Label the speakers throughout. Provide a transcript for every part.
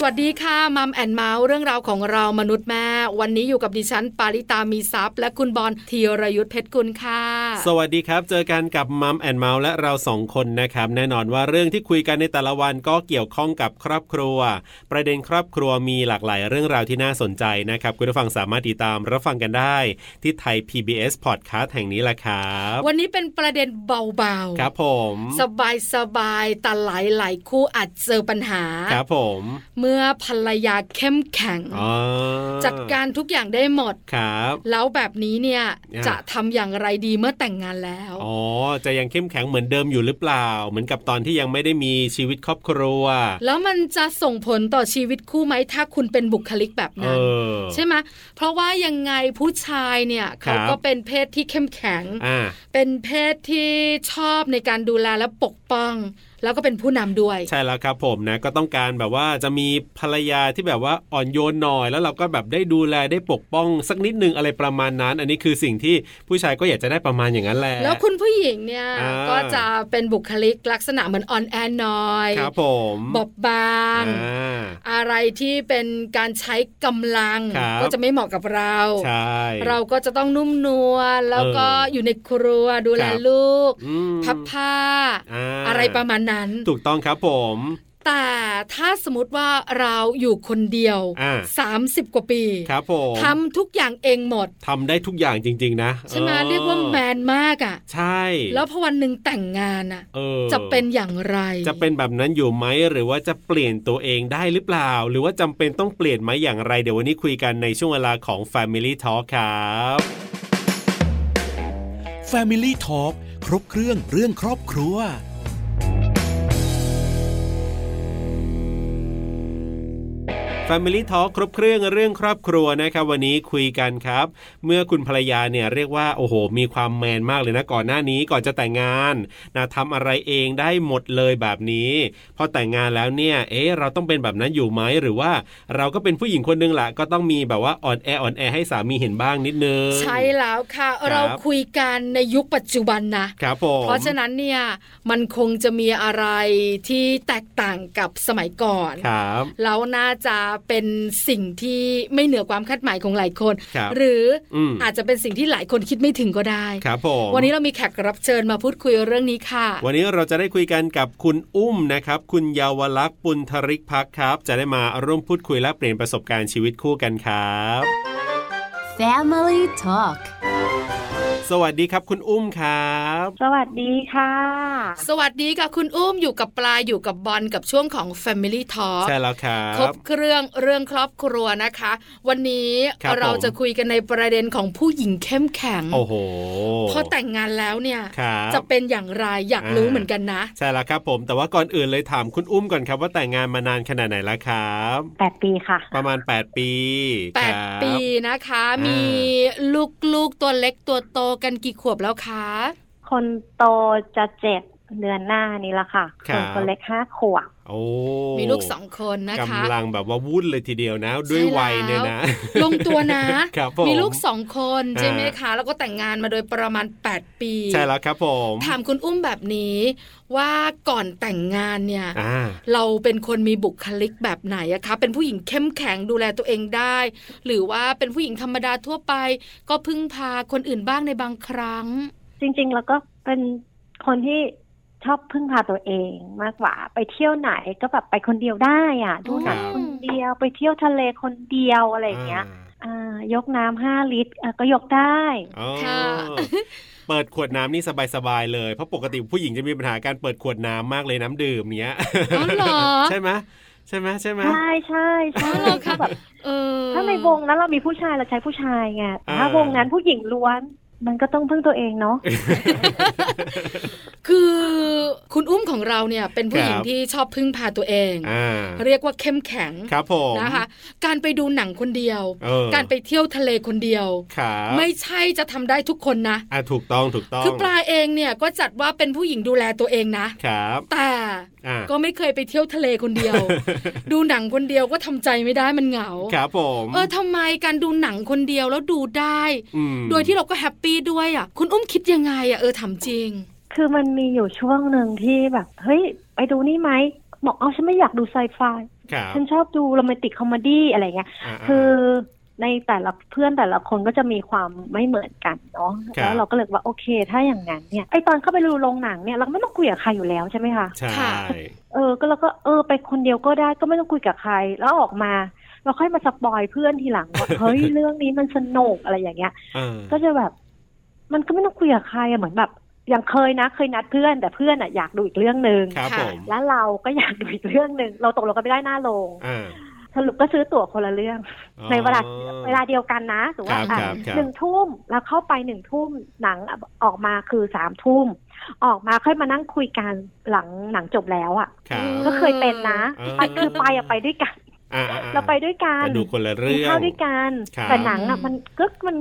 Speaker 1: สวัสดีค่ะมัมแอนเมาส์เรื่องราวของเรามนุษย์แม่ วันนี้อยู่กับดิฉัน ปาริตามีซัพย์และคุณบอลธีรยุทธเพชรกุลค่ะ
Speaker 2: สวัสดีครับ เจอกันกับมัมแอนเมาส์และเราสองคนนะครับ แน่นอนว่าเรื่องที่คุยกันในแต่ละวันก็เกี่ยวข้องกับครอบครัว ประเด็นครอบครัวมีหลากหลายเรื่องราวที่น่าสนใจนะครับ คุณผู้ฟังสามารถติดตามรับฟังกันได้ ที่ไทย PBS Podcast แห่งนี้แหละครับ
Speaker 1: วันนี้เป็นประเด็นเบาๆ
Speaker 2: ครับผม
Speaker 1: สบายสบายๆแต่หลายหลายๆคู่อาจเจอปัญหา
Speaker 2: ครับผม
Speaker 1: เมื่อภรรยาเข้มแข็ง
Speaker 2: อ๋อ
Speaker 1: จัดการทุกอย่างได้หมด
Speaker 2: ครับ
Speaker 1: แล้วแบบนี้เนี่ย
Speaker 2: อ่า
Speaker 1: จะทำอย่างไรดีเมื่อแต่งงานแล้ว
Speaker 2: อ๋อจะยังเข้มแข็งเหมือนเดิมอยู่หรือเปล่า เหมือนกับตอนที่ยังไม่ได้มีชีวิตครอบครัว
Speaker 1: แล้วมันจะส่งผลต่อชีวิตคู่ไหมถ้าคุณเป็นบุคลิกแบบ
Speaker 2: เอ
Speaker 1: นั้น
Speaker 2: อ
Speaker 1: ใช่ไหมเพราะว่ายังไงผู้ชายเนี่ย
Speaker 2: ครั
Speaker 1: เขา
Speaker 2: บ
Speaker 1: ก็เป็นเพศที่เข้มแข็ง
Speaker 2: อ่า
Speaker 1: เป็นเพศที่ชอบในการดูแลและปกป้อง แล้วก็เป็นผู้นำด้วย
Speaker 2: ใช่แล้วครับผมนะก็ต้องการแบบว่าจะมีภรรยาที่แบบว่าอ่อนโยนหน่อย แล้วเราก็แบบได้ดูแลได้ปกป้องสักนิดนึงอะไรประมาณนั้น อันนี้คือสิ่งที่ผู้ชายก็อยากจะได้ประมาณอย่างนั้นแหละ
Speaker 1: แล้วคุณผู้หญิงเนี่ย
Speaker 2: อ่า
Speaker 1: ก็จะเป็นบุคลิกลักษณะเหมือนอ่อนแอน้อย
Speaker 2: ครับผม
Speaker 1: บอบบาง
Speaker 2: อ่า
Speaker 1: อะไรที่เป็นการใช้กำลัง
Speaker 2: ครับ
Speaker 1: ก็จะไม่เหมาะกับเรา
Speaker 2: ใช่
Speaker 1: เราก็จะต้องนุ่มนวลแล้วก็
Speaker 2: เออ
Speaker 1: อ
Speaker 2: อยู่
Speaker 1: ในครัวดูแล
Speaker 2: ครับ
Speaker 1: ลูก
Speaker 2: อืม
Speaker 1: พับผ้า
Speaker 2: า
Speaker 1: อะไรประมาณนั้น
Speaker 2: ถูกต้องครับผม
Speaker 1: แต่ถ้าสมมติว่าเราอยู่คนเดียว
Speaker 2: อ่า
Speaker 1: 30 กว่าปี
Speaker 2: ครับผม
Speaker 1: ทำทุกอย่างเองหมด
Speaker 2: ทำได้ทุกอย่างจริง ๆ นะ
Speaker 1: ใช่ไหม
Speaker 2: ออ
Speaker 1: เรียกว่าแมนมากอะ่ะ
Speaker 2: ใช่
Speaker 1: แล้วพอวันหนึ่งแต่งงานอ่ะ
Speaker 2: เออ
Speaker 1: จะเป็นอย่างไร
Speaker 2: จะเป็นแบบนั้นอยู่ไหมหรือว่าจะเปลี่ยนตัวเองได้หรือเปล่า หรือว่าจำเป็นต้องเปลี่ยนไหมอย่างไร เดี๋ยววันนี้คุยกันในช่วงเวลาของ Family Talk ครับ
Speaker 3: Family Talk ครบเครื่องเรื่องครอบครัว
Speaker 2: Family Talk ครบเครื่องเรื่องครอบครัวนะครับ วันนี้คุยกันครับ เมื่อคุณภรรยาเนี่ยเรียกว่าโอ้โห มีความแมนมากเลยนะก่อนหน้านี้ก่อนจะแต่งงานนะทำอะไรเองได้หมดเลยแบบนี้พอแต่งงานแล้วเนี่ย เอ๊ะเราต้องเป็นแบบนั้นอยู่ไหมหรือว่า เราก็เป็นผู้หญิงคนนึงละก็ต้องมีแบบว่าอ่อนแออ่อนแอให้สามีเห็นบ้างนิดนึง
Speaker 1: ใช่แล้วค่ะ
Speaker 2: ครับ
Speaker 1: เราคุยกันในยุคปัจจุบันนะ
Speaker 2: ครับผม
Speaker 1: เพราะฉะนั้นเนี่ยมันคงจะมีอะไรที่แตกต่างกับสมัยก่อน
Speaker 2: ครับ
Speaker 1: แล้วน่าจะเป็นสิ่งที่ไม่เหนือความคาดหมายของหลายคน
Speaker 2: ครับ
Speaker 1: หรืออ
Speaker 2: ม
Speaker 1: อาจจะเป็นสิ่งที่หลายคนคิดไม่ถึงก็ได้
Speaker 2: ครับผม
Speaker 1: วันนี้เรามีแขกรับเชิญมาพูดคุยเรื่องนี้ค่ะ
Speaker 2: วันนี้เราจะได้คุยกันกับคุณอุ้มนะครับ คุณเยาวลักษณ์ปุณธริกพักครับ จะได้มาร่วมพูดคุยและเปลี่ยนประสบการณ์ชีวิตคู่กันครับ
Speaker 4: Family Talk
Speaker 2: สวัสดีครับคุณอุ้มครับ
Speaker 5: สวัสดีค่ะ
Speaker 1: สวัสดีค่ะคุณอุ้มอยู่กับปลาอยู่กับบอลกับช่วงของ Family Talk
Speaker 2: ใช่แล้วครั
Speaker 1: คร
Speaker 2: บ
Speaker 1: บเครื่องเรื่องครอบครัวนะคะ วันนี้
Speaker 2: ครับ
Speaker 1: เรา
Speaker 2: ผม
Speaker 1: จะคุยกันในประเด็นของผู้หญิงเข้มแข็ง
Speaker 2: โอ้โห
Speaker 1: พอแต่งงานแล้วเนี่ย
Speaker 2: ครับ
Speaker 1: จะเป็นอย่างไรอยากรู้
Speaker 2: อ่า
Speaker 1: เหมือนกันนะ
Speaker 2: ใช่แล้วครับผมแต่ว่าก่อนอื่นเลยถามคุณอุ้มก่อนครับว่าแต่งงานมานานขนาดไหนแล้วครับ
Speaker 5: แปดปีค่ะ
Speaker 2: ประมาณ 8 ปีครับ
Speaker 1: 8 ปีนะคะ
Speaker 2: อ่ามี
Speaker 1: มีลูกๆตัวเล็กตัวโตกันกี่ขวบแล้วคะ
Speaker 5: คนโตจะเจ็ดเดือนหน้านี้ละค่ะ
Speaker 2: ครั
Speaker 5: ส่ว
Speaker 2: บ
Speaker 5: นคนเล็กห้าขวบ
Speaker 2: โอ้
Speaker 1: มีลูกสองคนนะคะ
Speaker 2: กำลังแบบว่าวุ่นเลยทีเดียวนะ ด้วยวัยเนี่ยนะ
Speaker 1: ลงตัวนะ
Speaker 2: ครับผม
Speaker 1: มีลูกสองคน
Speaker 2: อ่า
Speaker 1: ใช่ไหมคะ แล้วก็แต่งงานมาโดยประมาณ 8 ปี
Speaker 2: ใช่แล้วครับผม
Speaker 1: ถามคุณอุ้มแบบนี้ว่าก่อนแต่งงานเนี่ย
Speaker 2: อ่า
Speaker 1: เราเป็นคนมีบุคลิกแบบไหนอะคะ เป็นผู้หญิงเข้มแข็งดูแลตัวเองได้ หรือว่าเป็นผู้หญิงธรรมดาทั่วไป ก็พึ่งพาคนอื่นบ้างในบางครั้ง
Speaker 5: จริง ๆ แล้วก็เป็นคนที่ชอบพึ่งพาตัวเองมากกว่า ไปเที่ยวไหนก็แบบไปคนเดียวได้อ่ะ ดูหนัง
Speaker 2: ครับ
Speaker 5: คนเดียวไปเที่ยวทะเลคนเดียวอะไรอย่างเงี้ย อ่ายกน้ำห้าลิตรอ่ะก็ยกได้
Speaker 2: อ๋อ
Speaker 1: ค่ะ
Speaker 2: เปิดขวดน้ำนี่สบายๆเลย เพราะปกติผู้หญิงจะมีปัญหาการเปิดขวดน้ำมากเลยน้ำดื่มเนี้ย
Speaker 1: อ๋อเหรอ
Speaker 2: ใช่ไหมใช่ไหมใช่ไหม
Speaker 5: ใช่ใช่ใช่
Speaker 1: อ๋อเหรอคะ
Speaker 5: ถ้าแบบ
Speaker 1: เออ
Speaker 5: ถ้าในวงนั้นเรามีผู้ชายเราใช้ผู้ชายไงแต่ถ้า
Speaker 2: อ่า
Speaker 5: วงนั้นผู้หญิงล้วน มันก็ต้องพึ่งตัวเองเนาะ
Speaker 1: คือคุณอุ้มของเราเนี่ยเป็นผู้หญิง
Speaker 2: ครับ
Speaker 1: ที่ชอบพึ่งพาตัวเอง
Speaker 2: อ่า
Speaker 1: เรียกว่าเข้มแข็ง
Speaker 2: ครับผม
Speaker 1: นะคะ การไปดูหนังคนเดียว
Speaker 2: เออ
Speaker 1: การไปเที่ยวทะเลคนเดียว
Speaker 2: ครับ
Speaker 1: ไม่ใช่จะทำได้ทุกคนนะ
Speaker 2: อ่ะถูกต้องถูกต้อง
Speaker 1: คือปลาเองเนี่ยก็จัดว่าเป็นผู้หญิงดูแลตัวเองนะ
Speaker 2: ครับ
Speaker 1: แต่
Speaker 2: อ่า
Speaker 1: ก็ไม่เคยไปเที่ยวทะเลคนเดียว ดูหนังคนเดียวก็ทำใจไม่ได้มันเหงา
Speaker 2: ครับผม
Speaker 1: เออทำไมการดูหนังคนเดียวแล้วดูได้
Speaker 2: อืม
Speaker 1: โดยที่เราก็แฮปปี้ด้วยอ่ะ คุณอุ้มคิดยังไงอ่ะเออถามจริง
Speaker 5: คือมันมีอยู่ช่วงหนึ่งที่แบบ เฮ้ย ไปดูนี่ไหมบอกเอาฉันไม่อยากดูไซไฟ
Speaker 2: ครับ
Speaker 5: ฉันชอบดูโรแมนติกคอมเมดี้อะไรเงี้ย
Speaker 2: าๆ
Speaker 5: คือในแต่ละเพื่อนแต่ละคนก็จะมีความไม่เหมือนกันเนาะ
Speaker 2: ครับ
Speaker 5: แล้วเราก็เลยว่าโอเค ถ้าอย่างนั้นเนี่ยไอตอนเข้าไปดูโรงหนังเนี่ยเราก็ไม่ต้องคุยกับใครอยู่แล้วใช่ไหมคะ
Speaker 2: ใช่
Speaker 1: ค่ะ
Speaker 5: เออ ก็เราก็เออไปคนเดียวก็ได้ก็ไม่ต้องคุยกับใคร แล้วออกมา เราค่อยมาสปอยเพื่อนทีหลังว่า เฮ้ ยเรื่องนี้มันสนุกอะไรอย่างเงี้ย
Speaker 2: อ่า
Speaker 5: ก็จะแบบ มันก็ไม่ต้องคุยกับใครอะเหมือนแบบยังเคยนะเคยนัดเพื่อนแต่เพื่อนอะอยากดูอีกเรื่องหนึ่ง
Speaker 2: ครับ
Speaker 1: ค่ะ
Speaker 2: ผม
Speaker 5: และเราก็อยากดูอีกเรื่องหนึ่งเราตกลงกันไม่ได้หน้าโรง
Speaker 2: อ่า
Speaker 5: สรุปก็ซื้อตั๋วคนละเรื่อง
Speaker 2: อ๋อ
Speaker 5: ในเวลาเวลาเดียวกันนะถือว่า
Speaker 2: ครับ
Speaker 5: อ่ะ
Speaker 2: ครับครับ
Speaker 5: หนึ่งทุ่มแล้วเข้าไปหนึ่งทุ่มหนังออกมาคือสามทุ่มออกมาค่อยมานั่งคุยกันหลังหนังจบแล้วอ่ะ
Speaker 2: ครับ
Speaker 5: ก็เคยเป็นนะ
Speaker 2: เออ
Speaker 5: ไปคือไปอะไปด้วยกัน
Speaker 2: อ่าๆๆ
Speaker 5: เราไปด้วยกัน
Speaker 2: แต่ดูคนละ
Speaker 5: กิน
Speaker 2: เรื่อง
Speaker 5: ข้าวด้วยกัน
Speaker 2: ครับ
Speaker 5: แต่หนังอะมันก็มัน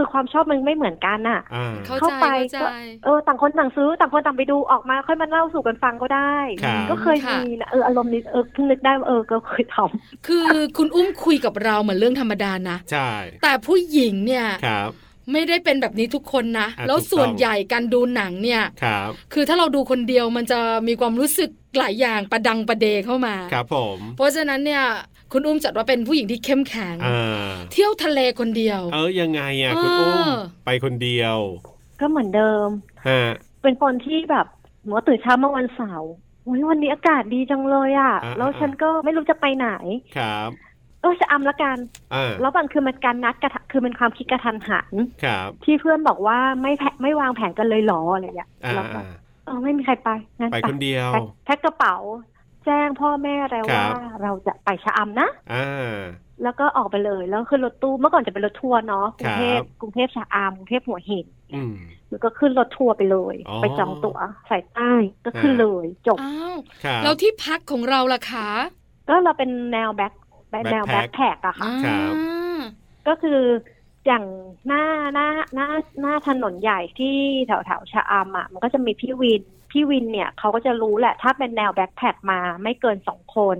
Speaker 5: คือความชอบมันไม่เหมือนกันอะ
Speaker 2: อ่า
Speaker 1: เข้า
Speaker 5: เข้า
Speaker 1: ใจ
Speaker 5: ไป
Speaker 1: เข้าใจ
Speaker 5: เออต่างคนต่างซื้อต่างคนต่างไปดูออกมาค่อยมาเล่าสู่กันฟังก็ได้
Speaker 2: ครับ
Speaker 5: ก็เคย
Speaker 1: ค่ะ
Speaker 5: มีนะเอออารมณ์นี้เออเพิ่งนึกได้ว่าเออก็เคยท
Speaker 1: คือคุณอุ้มคุยกับเราเหมือนเรื่องธรรมดานะ
Speaker 2: ใช่
Speaker 1: แต่ผู้หญิงเนี่ย
Speaker 2: ครับ
Speaker 1: ไม่ได้เป็นแบบนี้ทุกคนนะ
Speaker 2: อ่ะ
Speaker 1: แล้ว
Speaker 2: ถูกต้อง
Speaker 1: ส่วนใหญ่การดูหนังเนี่ย
Speaker 2: ครับ
Speaker 1: คือถ้าเราดูคนเดียวมันจะมีความรู้สึกหลายอย่างประดังประเดเข้ามา
Speaker 2: ครับผม
Speaker 1: เพราะฉะนั้นเนี่ยคุณอุ้มจัดว่าเป็นผู้หญิงที่เข้มแข็ง
Speaker 2: อ่า
Speaker 1: เที่ยวทะเลคนเดียว
Speaker 2: เออยังไงอ่ะคุณอุ้ม
Speaker 1: เออ
Speaker 2: ไปคนเดียว
Speaker 5: ำก็เหมือนเดิม
Speaker 2: ฮะ
Speaker 5: เป็นคนที่แบบหมอตื่นเช้ามาวันเสาร์โอ้ยวันนี้อากาศดีจังเลยอะ
Speaker 2: อ่า
Speaker 5: แล้วฉันก็ไม่รู้จะไปไหน
Speaker 2: ครับ
Speaker 5: เออจะอำละกัน
Speaker 2: อ่า
Speaker 5: แล้วบางคือมันการนัดกระทะคือมันความคิดกระทันหัน
Speaker 2: ครับ
Speaker 5: ที่เพื่อนบอกว่าไม่แพไม่วางแผนกันเลยเหรออะไรอย่างเงี้ย
Speaker 2: อ่า
Speaker 5: เราก็เออไม่มีใครไปงั้น
Speaker 2: ๆไปคนเดียว
Speaker 5: แพ็คแพ็คกระเป๋า แจ้งพ่อแม่แล้ว
Speaker 2: ครั
Speaker 5: ว่า
Speaker 2: บ
Speaker 5: เราจะไปชะอำนะ
Speaker 2: อ่า
Speaker 5: แล้วก็ออกไปเลยแล้วขึ้นรถตู้เมื่อก่อนจะเป็นรถทัวร์เนาะกรุงเทพ
Speaker 2: ครับ
Speaker 5: กรุงเทพชะอำกรุงเทพหัวหิน
Speaker 2: อืม
Speaker 5: แล้วก็ขึ้นรถทัวร์ไปเลย
Speaker 2: อ๋อ
Speaker 5: ไปจองตั๋วสายใต้ก็ขึ้น
Speaker 2: อ่า
Speaker 5: เลยจบ
Speaker 1: อ้าว
Speaker 2: ครับ
Speaker 1: แล้วที่พักของเราล่ะคะ
Speaker 5: ก็เราเป็นแนวแบ็คแนวแบ็ค
Speaker 2: Backpack
Speaker 5: แพคอะค่ะ
Speaker 2: ครับ
Speaker 1: อ่า
Speaker 5: ก็คืออย่างหน้าหน้าหน้าหน้าถนนใหญ่ที่แถวแถวๆชะอำอ่ะมันก็จะมีพี่วิน พี่วินเนี่ยเขาก็จะรู้แหละ ถ้าเป็นแนวแบ็คแพคมาไม่เกินสองคน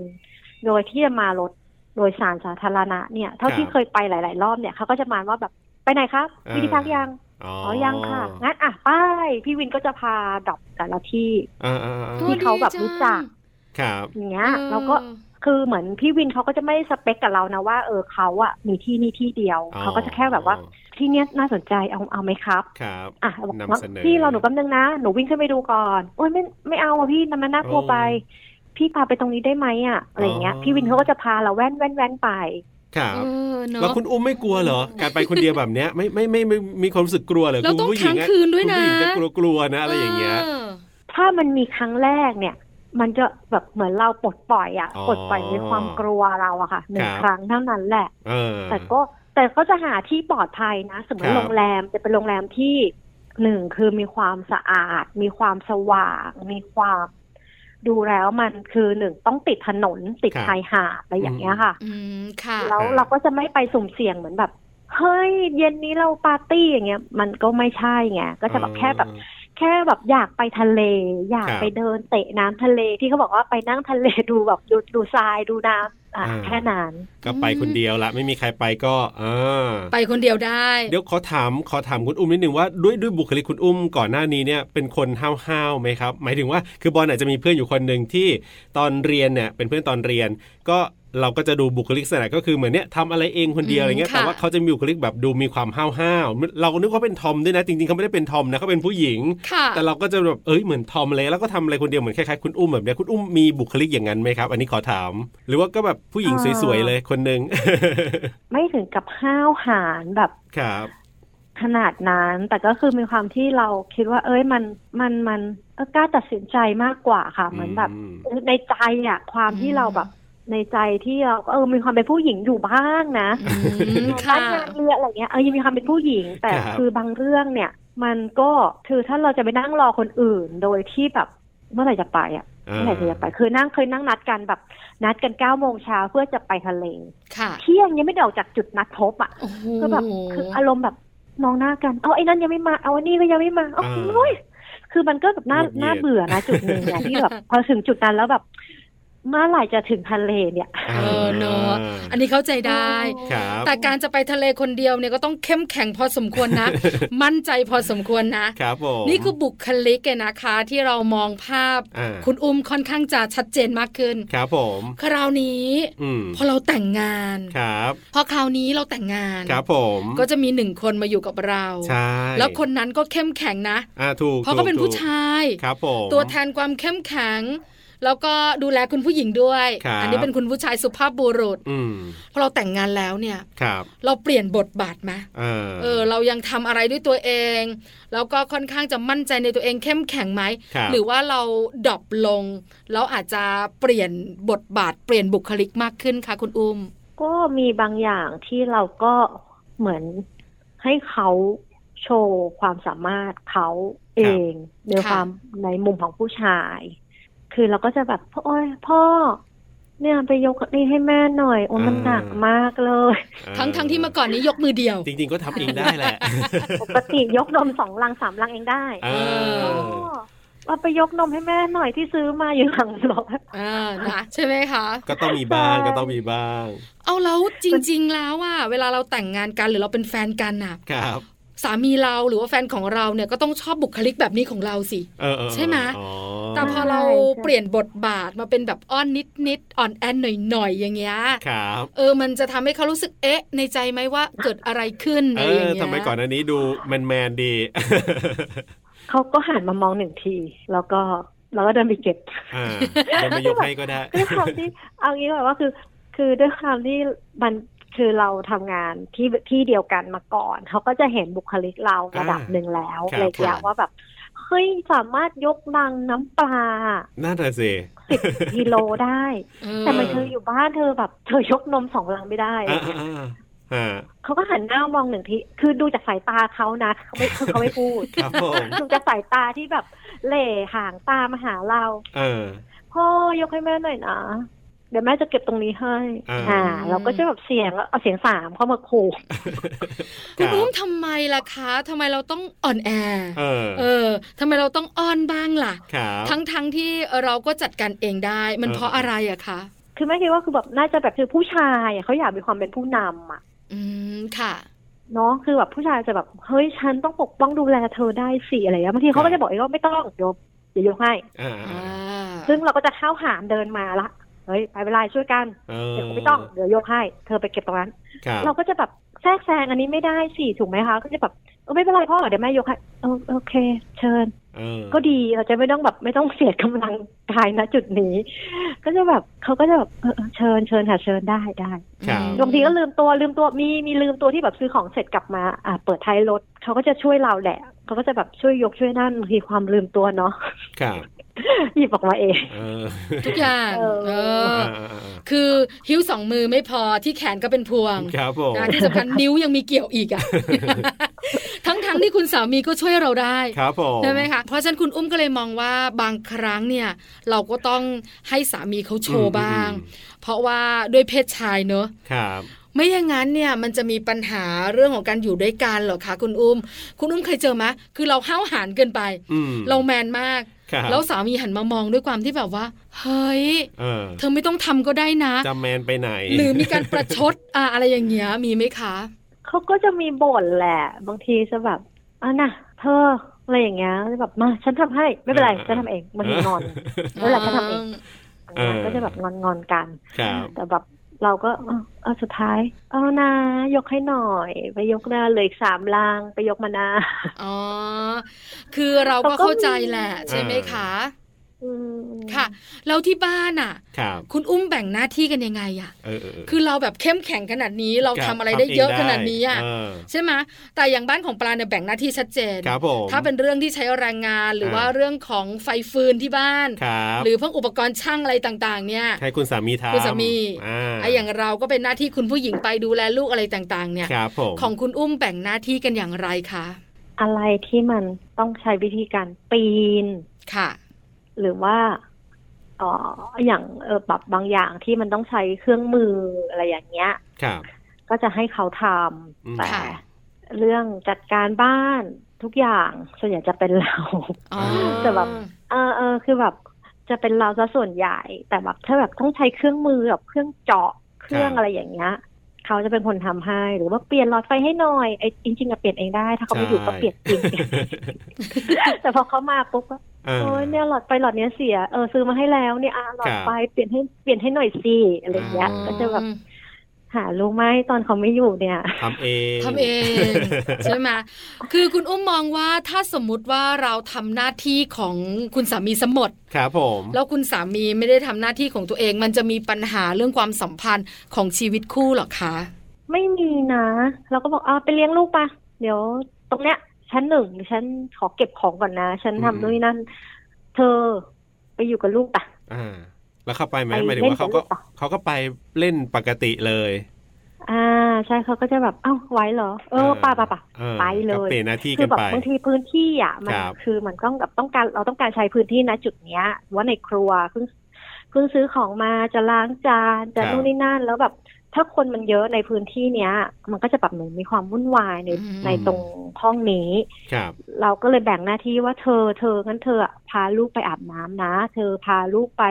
Speaker 5: โดยที่จะมารถโดยสารสาธารณะเนี่ย เท่า
Speaker 2: ค
Speaker 5: ที่
Speaker 2: รับ
Speaker 5: เคยไปหลาย ๆ รอบเนี่ยเขาก็จะมาว่าแบบไปไหนครับ
Speaker 2: อ่ามี
Speaker 5: มีที่พักยัง
Speaker 2: อ๋อ
Speaker 5: อ๋อยังค่ะงั้นอ่ะไป้ายพี่วินก็จะพาดรอกแต่ละที่
Speaker 2: อ่าๆๆ
Speaker 5: ที่เขาแบบรู้จัก
Speaker 2: ครับ
Speaker 5: อย่าง
Speaker 1: เอ
Speaker 5: เงี้ย
Speaker 1: อ
Speaker 5: แล้วก็ คือเหมือนพี่วินเขาก็จะไม่สเปคกับเรานะว่าเออเขาอะมีที่นี่ที่เดียว
Speaker 2: อ๋อ
Speaker 5: เขาก็จะแค่แบบว่าที่เนี้ยน่าสนใจเอาเอาไหมครับ
Speaker 2: ครับ
Speaker 5: อ่ะบอก
Speaker 2: นำเสนอ
Speaker 5: พี่เราหนูแป๊บนึงนะหนูวิ่งขึ้นไปดูก่อนโอ้ยไม่ไม่เอาอะพี่มันน่ากลัวไป พี่พาไปตรงนี้ได้ไหมอะอะไรอย่างเงี้ย
Speaker 2: อ๋อ
Speaker 5: พี่วินเขาก็จะพาเราแว่นแว่นแว่นไป
Speaker 2: ครั
Speaker 1: เอบ อเน
Speaker 2: แล้ว
Speaker 1: อะ
Speaker 2: คุณอุ้มไม่กลัวเหรอ การไปคนเดียวแบบเนี้ยไม่ไม่ไม่ไม่ไม่มีความรู้สึกกลัวเหรอ
Speaker 1: เรา
Speaker 2: คุณ
Speaker 1: ต้อง
Speaker 2: ผู้หญิ
Speaker 1: ค้าง
Speaker 2: งอะ
Speaker 1: คืน
Speaker 2: คุ
Speaker 1: ด้
Speaker 2: ณ
Speaker 1: วยนะ
Speaker 2: ผู้หญิงจะกลัวกลัวๆนะอะไรอย่างเงี้ย
Speaker 1: ออ
Speaker 5: ถ้ามันมีครั้งแรกเนี่ย มันจะแบบเหมือนเราปลดปล่อยอะ
Speaker 2: อ๋อ
Speaker 5: ปลดปล่อยในความกลัวเราอะค่ะหนึ่
Speaker 2: ค
Speaker 5: ง
Speaker 2: รับ
Speaker 5: ครั้งเท่านั้นแหละ
Speaker 2: เออ
Speaker 5: แต่ก็แต่ก็จะหาที่ปลอดภัยนะ สมม
Speaker 2: ครั
Speaker 5: ติ
Speaker 2: บ
Speaker 5: โรงแรมจะเป็นโรงแรมที่หนึ่งคือมีความสะอาด มีความสว่าง มีความดูแล้วมันคือหนึ่งต้องติดถนนติดชายหาดอะไรอย่างเงี้ยค่ะ
Speaker 1: อืมค่ะ
Speaker 5: แล้วเราก็จะไม่ไปสุ่มเสี่ยงเหมือนแบบ เฮ้ย เย็นนี้เราปาร์ตี้อย่างเงี้ย มันก็ไม่ใช่ไงก็จะแบบแค่แบบ
Speaker 2: เออ
Speaker 5: แค่แบบอยากไปทะเล อยาก
Speaker 2: ครับ
Speaker 5: ไปเดินเตะน้ำทะเลที่เขาบอกว่าไปนั่งทะเล ดูแบบดูดูทรายดูน้ำอ่ะแค่นั้น
Speaker 2: ก็ไปคนเดียวละไม่มีใครไปก็อ่า
Speaker 1: ไปคนเดียวได้
Speaker 2: เดี๋ยวขอถามขอถามคุณอุ้มนิดนึงว่าด้วยด้วยบุคลิกคุณอุ้มก่อนหน้านี้เนี่ยเป็นคนห้าวห้าวๆไหมครับ หมายถึงว่าคือบอลอาจจะมีเพื่อนอยู่คนหนึ่งที่ตอนเรียนเนี่ยเป็นเพื่อนตอนเรียน ก็เราก็จะดูบุคลิกลักษณะก็คือเหมือนเนี่ยทำอะไรเองคนเดียวอะไรเงี้ย
Speaker 1: อืมค่ะ
Speaker 2: แต่ว่าเขาจะมีบุคลิกแบบดูมีความห้าวห้าวๆเรานึกว่าเป็นทอมด้วยนะจริงๆเขาไม่ได้เป็นทอมนะเขาเป็นผู้หญิง
Speaker 1: ค่ะ
Speaker 2: แต่เราก็จะแบบเอ้ยเหมือนทอมเลยแล้วก็ทำอะไรคนเดียวเหมือนคล้ายๆคุณอุ้มแบบเนี้ยคุณอุ้มมีบุคลิกอย่างนั้นไหมครับ อันนี้ขอถาม หรือว่าก็แบบผู้หญิง
Speaker 5: อ่า
Speaker 2: สวยๆเลยคนหนึ่ง
Speaker 5: ไม่ถึงกับห้าวหาญแบบ
Speaker 2: ครับ
Speaker 5: ขนาดนั้นแต่ก็คือมีความที่เราคิดว่า เอ้ยมันมันมันเออกล้าตัดสินใจมากกว่าค่ะเหมือนแบบ
Speaker 2: อืม
Speaker 5: ในใจอะความที่
Speaker 1: อืม
Speaker 5: เราแบบ ในใจที่เราเออมีความเป็นผู้หญิงอยู่บ้างนะ
Speaker 1: อืมค่ะ
Speaker 5: บ้านงานเรืออะไรเงี้ยเออยังมีความเป็นผู้หญิง แต่
Speaker 2: ครับ
Speaker 5: คือบางเรื่องเนี่ย มันก็คือถ้าเราจะไปนั่งรอคนอื่น โดยที่แบบเมื่อไหร่จะไปอ่ะเมื่อไหร่จะไปคือนั่งเคยนั่งนัดกันแบบนัดกันเก้าโมงเช้าเพื่อจะไปทะเล
Speaker 1: ค่ะ
Speaker 5: เที่ยงยังไม่ได้ออกจากจุดนัดพบอ่ะ
Speaker 1: โอ้โห
Speaker 5: ก็แบบคืออารมณ์แบบมองหน้ากัน เอาไอ้นั่นยังไม่มา เอาไอ้นี่ก็ยังไม่มาเอา
Speaker 2: อ่า
Speaker 5: โอ้ยคือมันก็แบบน่า
Speaker 2: หงุดหงิด
Speaker 5: น่าเบื่อนะจุดหนึ่งอะที่แบบ พอถึงจุดนั้นแล้วแบบ เมื่อไหร่จะถึงทะเลเนี่ย
Speaker 1: เออเนอะ อันนี้เข้าใจได้
Speaker 2: ครับ
Speaker 1: แต่การจะไปทะเลคนเดียวเนี่ยก็ต้องเข้มแข็งพอสมควร นะ มั่นใจพอสมควรนะ
Speaker 2: ครับผม
Speaker 1: นี่คือบุคลิกเนี่ยนะคะ ที่เรามองภาพ
Speaker 2: อ่า
Speaker 1: คุณอุ้มค่อนข้างจะชัดเจนมากขึ้น
Speaker 2: ครับผม
Speaker 1: คราวนี้
Speaker 2: อืม
Speaker 1: พอเราแต่งงาน
Speaker 2: ครับ
Speaker 1: พอคราวนี้เราแต่งงาน
Speaker 2: ครับผม
Speaker 1: ก็จะมีหนึ่งคนมาอยู่กับเรา
Speaker 2: ใช่
Speaker 1: แล้วคนนั้นก็เข้มแข็งนะ
Speaker 2: อ่าถูก
Speaker 1: เพราะเขาเป็น
Speaker 2: ถู
Speaker 1: ผู้ชาย
Speaker 2: ครับผม
Speaker 1: ตัวแทนความเข้มแข็ง แล้วก็ดูแลคุณผู้หญิงด้วย
Speaker 2: ครับ
Speaker 1: อันี้เป็นคุณผู้ชายสุภาพบุรุษ
Speaker 2: อืม
Speaker 1: พอเราแต่งงานแล้วเนี่ย
Speaker 2: ครับ
Speaker 1: เราเปลี่ยนบทบาทไหม
Speaker 2: เออ
Speaker 1: เออ เรายังทำอะไรด้วยตัวเอง แล้วก็ค่อนข้างจะมั่นใจในตัวเองเข้มแข็งไหม
Speaker 2: คบ
Speaker 1: หรือว่าเราดรอปลง แล้วอาจจะเปลี่ยนบทบาทเปลี่ยนบุคลิกมากขึ้นคะคุณอุ้ม
Speaker 5: ก็มีบางอย่างที่เราก็เหมือนให้เขาโชว์ความสามารถเขาเองใน
Speaker 1: ค่ะ
Speaker 5: ความในมุมของผู้ชาย คือเราก็จะแบบพ่อโอ๊ยพ่อ เนี่ยไปยกนี่ให้แม่หน่อยโอ้มันหนักมากเลย
Speaker 2: เออ
Speaker 1: ทั้งทั้งที่เมื่อก่อนนี้ยกมือเดียว
Speaker 2: จริง ๆ ก็ทำเองได้แหละ
Speaker 5: ปกติยกนมสองลังสามลังเองได้
Speaker 2: เออ
Speaker 5: พ่อเอาไปยกนมให้แม่หน่อยที่ซื้อมาอยู่หลังรถ
Speaker 1: อ่านะใช่ไหมคะ
Speaker 2: ก็ต้องมีบ้าง
Speaker 5: ใช่
Speaker 2: ก็ต้องมีบ้าง
Speaker 1: เอาแล้วจริง ๆ แล้วอ่ะเวลาเราแต่งงานกันหรือเราเป็นแฟนกันน่ะ
Speaker 2: ครับ
Speaker 1: สามีเราหรือว่าแฟนของเราเนี่ยก็ต้องชอบบุคลิกแบบนี้ของเราสิ
Speaker 2: เออเออ
Speaker 1: ใช่ไหม
Speaker 2: อ๋อ
Speaker 1: แต่พอเรา
Speaker 5: ใช่ใช่
Speaker 1: เปลี่ยนบทบาทมาเป็นแบบอ้อนนิดนิดๆอ่อนแอนหน่อยหน่อยๆอย่างเงี้ย
Speaker 2: ครับ
Speaker 1: เออมันจะทำให้เขารู้สึกเอ๊ะ ในใจไหมว่าเกิดอะไรขึ้นอะ
Speaker 2: เอ
Speaker 1: ไรอย่า
Speaker 2: อง
Speaker 1: เงี้ย
Speaker 2: ทำไมก่อนอันนี้ดูแมนแมนๆดี
Speaker 5: เขาก็หันมามองหนึ่งที แล้วก็เราก็เดินไปเก็บ
Speaker 2: อ่าเรามายกให้ก็ได้
Speaker 5: ด้วยความที่เอางี้แบบว่าคือ คือด้วยความที่มันคือเราทำงานที่ที่เดียวกันมาก่อน เขาก็จะเห็นบุคลิกเราระดับ
Speaker 2: อ่า
Speaker 5: หนึ่งแล้ว
Speaker 2: ครับ
Speaker 5: อะไรอย่างเงี้
Speaker 2: ครั
Speaker 5: ย
Speaker 2: บ
Speaker 5: ว่าแบบเฮ้ยสามารถยกลังน้ำปลา
Speaker 2: น่าจะสิ
Speaker 5: สิบกิโลได้
Speaker 1: เออ
Speaker 5: แต่มันเธออยู่บ้านเธอแบบเธอยกนมสองลังไม่ได้อะไร
Speaker 2: อ่า
Speaker 5: เงี้ย
Speaker 2: อ่าอ่า
Speaker 5: เขาก็หันหน้ามองหนึ่งที คือดูจากสายตาเขานะเขาไม่คือเขาไม่พูด
Speaker 2: ครับผม
Speaker 5: ดูจากสายตาที่แบบเหล่หางตามาหาเรา
Speaker 2: เออ
Speaker 5: พ่อยกให้แม่หน่อยนะ เดี๋ยวแม่จะเก็บตรงนี้ให้
Speaker 2: อ่า
Speaker 5: อ่า เราก็จะแบบเสียงแล้วเอาเสียงสามเข้ามาขู่
Speaker 1: คุณ
Speaker 2: รับ
Speaker 1: อุ้มทำไมล่ะคะทำไมเราต้องอ่อนแอ
Speaker 2: เออ
Speaker 1: เออทำไมเราต้องอ้อนบ้างล่ะ
Speaker 2: ครับ
Speaker 1: ทั้งทั้งที่เราก็จัดการเองได้มัน
Speaker 2: เออ
Speaker 1: เพราะอะไรอะคะ
Speaker 5: คือแม่คิดว่าคือแบบน่าจะแบบคือผู้ชายอะเขาอยากมีความเป็นผู้นำอ่ะ
Speaker 1: อืมค่ะ
Speaker 5: เนาะคือแบบผู้ชายจะแบบเฮ้ยฉันต้องปกป้องดูแลเธอได้สิอะไรอย่างเงี้ยบางทีเขาก็จะบอกเองว่าไม่ต้องเดี๋ยวเดี๋ยวยกให้
Speaker 2: อ่า
Speaker 1: อ่า
Speaker 5: ซึ่งเราก็จะเข้าวหามเดินมาละเฮ้ยไปเวลาช่วยกัน
Speaker 2: เออ
Speaker 5: เดี๋ยวกูไม่ต้องเดี๋ยวยกให้ เธอไปเก็บตรงนั้น
Speaker 2: ครับ
Speaker 5: เราก็จะแบบแทรกแซงอันนี้ไม่ได้สิถูกไหมคะ ก็จะแบบเออไม่เป็นไรพ่อเดี๋ยวแม่ยกให้เออโอเค เชิญ
Speaker 2: เออ
Speaker 5: ก็ดีเราจะไม่ต้องแบบไม่ต้องเสียกำลังกายนะจุดนี้ ก็จะแบบเขาก็จะแบบเออเออเชิญเชิญค่ะเชิญได้ได้
Speaker 2: ครับ
Speaker 5: บางทีก็ลืมตัวลืมตัวมีมีลืมตัวที่แบบซื้อของเสร็จกลับมาอ่าเปิดท้ายรถเขาก็จะช่วยเราแหละเขาก็จะแบบช่วยยกช่วยนั่นบางทีความลืมตัวเนาะ
Speaker 2: ครับ
Speaker 5: หยิบออกมาเอง
Speaker 2: เออ
Speaker 1: ทุกอย่าง
Speaker 5: เออ
Speaker 1: เอ
Speaker 2: อ่า
Speaker 1: อ
Speaker 2: อ่าอ่า
Speaker 1: คือหิ้วสองมือไม่พอที่แขนก็เป็นพวง
Speaker 2: ครับผม
Speaker 1: นะที่สำคัญนิ้วยังมีเกี่ยวอีก อ่ะ ทั้งทั้งที่คุณสามีก็ช่วยเราได้
Speaker 2: ครับผม
Speaker 1: ใช่ไหมคะเพราะฉะนั้นคุณอุ้มก็เลยมองว่าบางครั้งเนี่ย เราก็ต้องให้สามีเขาโชว์บ้าง
Speaker 2: อืมอื
Speaker 1: เพราะว่าด้วยเพศชายเนอะ
Speaker 2: มครับ
Speaker 1: ไม่อย่างนั้นเนี่ยมันจะมีปัญหาเรื่องของการอยู่ด้วยกันเหรอคะคุณอุ้ม คุณอุ้มเคยเจอไหมคือเราห้าวหาญเกินไป
Speaker 2: อืม
Speaker 1: เราแมนมาก
Speaker 2: ครับ
Speaker 1: แล้วสามีหันมามองด้วยความที่แบบว่า เฮ้ย
Speaker 2: เออ
Speaker 1: เธอไม่ต้องทำก็ได้นะ
Speaker 2: จะแมนไปไหน
Speaker 1: หรือมีการประชด อ่ะอะไรอย่างเงี้ยมีไหมคะ
Speaker 5: เขาก็จะมีบ่นแหละ บางทีจะแบบอ่ะนะเธออะไรอย่างเงี้ยแบบมาฉันทำให้ไม่เป็นไรฉันทำเองบางทีง อนไม่เป็นไรฉันทำเองก็จะแบบงอนงอนๆกัน
Speaker 2: ครับ
Speaker 5: แต่แบบเราก็เอาเอาสุดท้าย เอานะ ยกให้หน่อย ไปยกหน้าเหลยสามลางไปยก มานา
Speaker 1: อ๋อ คือเราก็เข้าใจแหละ ใช่ไหมคะ
Speaker 5: อืม
Speaker 1: ค่ะ แล้วที่บ้านอ่ะ
Speaker 2: ครับ
Speaker 1: คุณอุ้มแบ่งหน้าที่กันยังไงอ่ะ
Speaker 2: เออเออเออ
Speaker 1: คือเราแบบเข้มแข็งขนาดนี้เรา
Speaker 2: คบ
Speaker 1: ทำอะไรได้เยอะขนาดนี้อ่ะ
Speaker 2: เอ
Speaker 1: ใช่ไหมแต่อย่างบ้านของปลาเนี่ยแบ่งหน้าที่ชัดเจน
Speaker 2: ครับผม
Speaker 1: ถ้าเป็นเรื่องที่ใช้แรงงานหรือ
Speaker 2: เออ
Speaker 1: ว่าเรื่องของไฟฟืนที่บ้าน
Speaker 2: ครับ
Speaker 1: หรือพวกอุปกรณ์ช่างอะไรต่างๆ เนี่ย
Speaker 2: ให้คุณสามีทำ
Speaker 1: คุณสามี
Speaker 2: อ่า
Speaker 1: ไอ้อย่างเราก็เป็นหน้าที่คุณผู้หญิงไปดูแลลูกอะไรต่างๆ เนี่ย
Speaker 2: ครับผม
Speaker 1: ของคุณอุ้มแบ่งหน้าที่กันอย่างไรคะ
Speaker 5: อะไรที่มันต้องใช้วิธีการปีน
Speaker 1: ค่ะ
Speaker 5: หรือว่าเอ่ออย่างเออแบบบางอย่างที่มันต้องใช้เครื่องมืออะไรอย่างเงี้ย
Speaker 2: ครับ
Speaker 5: ก็จะให้เขาท
Speaker 2: อืม
Speaker 5: ำแต่
Speaker 1: ค่ะ
Speaker 5: เรื่องจัดการบ้านทุกอย่างส่วนใหญ่จะเป็นเรา
Speaker 1: อ๋อ
Speaker 5: แต่แบบ เออเออคือแบบ จะเป็นเราซะส่วนใหญ่ แต่แบบถ้าแบบต้องใช้เครื่องมือแบบเครื่องเจาะเครื่อง
Speaker 2: ครับ
Speaker 5: อะไรอย่างเงี้ยเขาจะเป็นคนทำให้หรือว่าเปลี่ยนหลอดไฟให้หน่อยไอ้จริงๆอะเปลี่ยนเองได้ ถ้าเขาไม่อยู่ก็เปลี่ยนจริง แต่พอเขามาปุ๊บก็
Speaker 2: อ่า
Speaker 5: โอ้ยเนี่ยหลอดไฟหลอดเนี้ยเสียเออซื้อมาให้แล้วเนี่ยอ่ะหลอดไฟเปลี่ยนให้เปลี่ยนให้หน่อยสิอะไรอย่างเงี้ย
Speaker 2: อ่า
Speaker 5: ก็จะแบบหารู้ไหมตอนเขาไม่อยู่เนี่ย
Speaker 2: ทำเอง
Speaker 1: ทำเองใช่ไหมคือคุณอุ้มมองว่าถ้าสมมุติว่าเราทำหน้าที่ของคุณสามีสมหมด
Speaker 2: ครับผม
Speaker 1: แล้วคุณสามีไม่ได้ทำหน้าที่ของตัวเอง มันจะมีปัญหาเรื่องความสัมพันธ์ของชีวิตคู่เหรอคะ
Speaker 5: ไม่มีนะเราก็บอกอ่ะไปเลี้ยงลูกปะเดี๋ยวตรงเนี้ยชั้นหนึ่งฉันขอเก็บของก่อนนะ ฉันทำนู่นนนั่น เธอไปอยู่กับลูกปะ
Speaker 2: อ่า แล้วเข้าไปไหม
Speaker 5: ไป
Speaker 2: หมายถึงว่าเขาก็
Speaker 5: เล่นกับลูกปะ
Speaker 2: เขาก็ไปเล่นปกติเลย
Speaker 5: อ่าใช่เขาก็จะแบบเอ้าไว้เหรอเออป่ะป่ะป่ะ
Speaker 2: เออ
Speaker 5: ไปเล
Speaker 2: ก็
Speaker 5: ย
Speaker 2: เปลี่ยนหน้าที่
Speaker 5: คื
Speaker 2: กั
Speaker 5: อนแบบ
Speaker 2: ไป
Speaker 5: บางทีพื้นที่อ่ะมัน
Speaker 2: ครับ
Speaker 5: คือมันต้องแบบต้องการเราต้องการใช้พื้นที่นะจุดเนี้ยหรือว่าในครัวเพิ่งเพิ่งซื้อของมาจะล้างจานจะนู่นนี่นั่น แล้วแบบถ้าคนมันเยอะในพื้นที่เนี้ย มันก็จะแบบเหมือนมีความวุ่นวายใน
Speaker 1: อืม
Speaker 5: ในตรงห้องนี้
Speaker 2: ครับ
Speaker 5: เราก็เลยแบ่งหน้าที่ว่าเธอเธองั้นเธออะพาลูกไปอาบน้ำนะ เธอพาลูกไป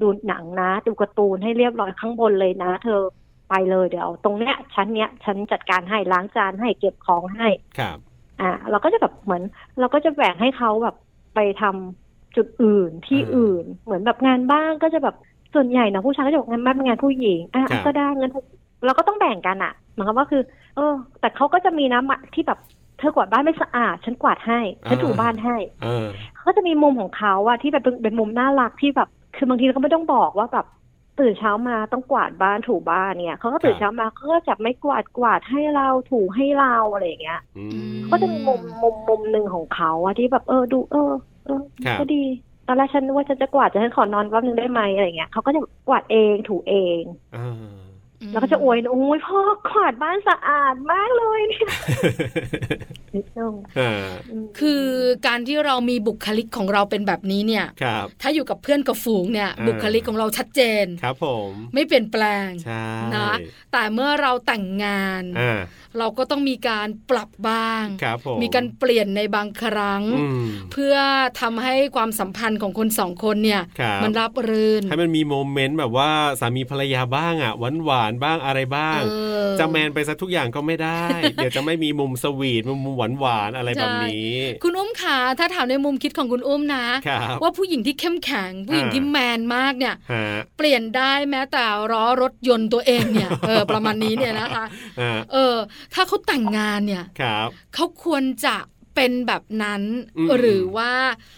Speaker 5: ดูหนังนะ ดูการ์ตูนให้เรียบร้อยข้างบนเลยนะ เธอไปเลยเดี๋ยว ตรงเนี้ยชั้นเนี้ยฉันจัดการให้ล้างจานให้เก็บของให้
Speaker 2: ครับ
Speaker 5: อ่ะเราก็จะแบบเหมือน เราก็จะแบ่งให้เขาแบบไปทำจุดอื่นที่
Speaker 2: อ่า
Speaker 5: อื่น เหมือนแบบงานบ้านก็จะแบบส่วนใหญ่นะผู้ชายก็จะบอกงานบ้านเป็นงานผู้หญิงอ่ะ
Speaker 2: ครับ
Speaker 5: ก็ได้เงินเราก็ต้องแบ่งกันอ่ะหมายความว่าคือ เออ แต่เขาก็จะมีนะมะที่แบบเธอกวาดบ้านไม่สะอาด ฉันกวาดให้ฉันถูบ้านให้
Speaker 2: เออ
Speaker 5: เขาก็จะมีมุมของเขาอะที่แบบเป็นเป็นมุมน่ารักที่แบบ คือบางทีเราก็ไม่ต้องบอกว่าแบบตื่นเช้ามาต้องกวาดบ้านถูบ้านเนี่ยเขาก็ตื่น
Speaker 2: ครับ
Speaker 5: เช้ามาเขาก็จะไม่กวาดกวาดให้เราถูให้เราอะไรอย่างเงี้ย
Speaker 2: อืม
Speaker 5: ก็จะมีมุมมุมมุมหนึ่งของเขาอะที่แบบเออดูเออเออ
Speaker 2: ครับ
Speaker 5: ก็ดีตอนแรกฉันนึกว่าฉันจะกวาดแต่ฉันขอนอนแป๊บนึงได้ไหมอะไรเงี้ยเขาก็จะกวาดเองถูเอง
Speaker 2: อ่า
Speaker 5: แล้วก็จะอวยนะโอ้ยพ่อกวาดบ้านสะอาดมากเลย เนี่ยนิดนึง
Speaker 2: อ่ า
Speaker 5: ม
Speaker 1: คือการที่เรามีบุคลิกของเราเป็นแบบนี้เนี่ย
Speaker 2: ครับ
Speaker 1: ถ้าอยู่กับเพื่อนกับฝูงเนี่ย
Speaker 2: อ่า
Speaker 1: บุคลิกของเราชัดเจน
Speaker 2: ครับผม
Speaker 1: ไม่เปลี่ยนแปลง
Speaker 2: ใช่
Speaker 1: นะ แต่เมื่อเราแต่งงาน
Speaker 2: อ่า
Speaker 1: เราก็ต้องมีการปรับบ้าง
Speaker 2: ครับผม
Speaker 1: มีการเปลี่ยนในบางครั้ง
Speaker 2: อืม
Speaker 1: เพื่อทำให้ความสัมพันธ์ของคนสองคนเนี่ย
Speaker 2: ครับ
Speaker 1: มันรับรื่น
Speaker 2: ให้มันมีโมเมนต์แบบว่าสามีภรรยาบ้างอ่ะหวานหวานๆบ้างอะไรบ้าง
Speaker 1: เออ
Speaker 2: จะแมนไปซะทุกอย่างก็ไม่ได้ เดี๋ยวจะไม่มีมุมสวีท มุมหวานหวานๆอะไรแบบนี้
Speaker 1: คุณอุ้มขาถ้าถามในมุมคิดของคุณอุ้มนะ
Speaker 2: ครับ
Speaker 1: ว่าผู้หญิงที่เข้มแข็ง ผู้หญิง
Speaker 2: อ่า
Speaker 1: ที่แมนมากเนี่ย
Speaker 2: ฮะ
Speaker 1: เปลี่ยนได้แม้แต่ล้อรถยนต์ตัวเอง เนี่ยเออประมาณนี้เนี่ยนะคะ
Speaker 2: อ่า
Speaker 1: เออ ถ้าเขาแต่งงานเนี่ย
Speaker 2: ครับ
Speaker 1: เขาควรจะเป็นแบบนั้น
Speaker 2: อืม
Speaker 1: หรือว่า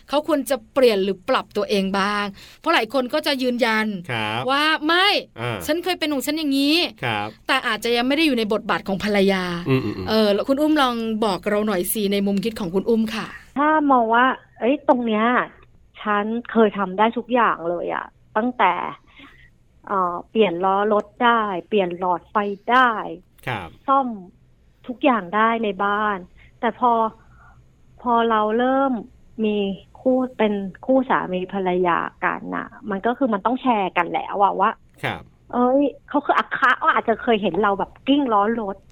Speaker 1: เขาควรจะเปลี่ยนหรือปรับตัวเองบ้าง เพราะหลายคนก็จะยืนยัน
Speaker 2: ครับ
Speaker 1: ว่าไม่
Speaker 2: อ่า
Speaker 1: ฉันเคยเป็นของฉันอย่างนี้
Speaker 2: ครับ
Speaker 1: แต่อาจจะยังไม่ได้อยู่ในบทบาทของภรรยา
Speaker 2: อืมอืมอืม
Speaker 1: เออแล้วคุณอุ้มลองบอกเราหน่อยสิในมุมคิดของคุณอุ้มค่ะ
Speaker 5: ถ้ามองว่า เอ้ยตรงเนี้ยฉันเคยทำได้ทุกอย่างเลยอะตั้งแต่เอ่อเปลี่ยนล้อรถได้ เปลี่ยนหลอดไฟได้
Speaker 2: ครับ
Speaker 5: ซ่อมทุกอย่างได้ในบ้าน แต่พอพอเราเริ่มมีคู่เป็นคู่สามีภรรยากันน่ะ มันก็คือมันต้องแชร์กันแล้วอะว่า
Speaker 2: ครับ
Speaker 5: เอ้ยเขาคืออักขะว่าอาจจะเคยเห็นเราแบบกิ้งล้อรถ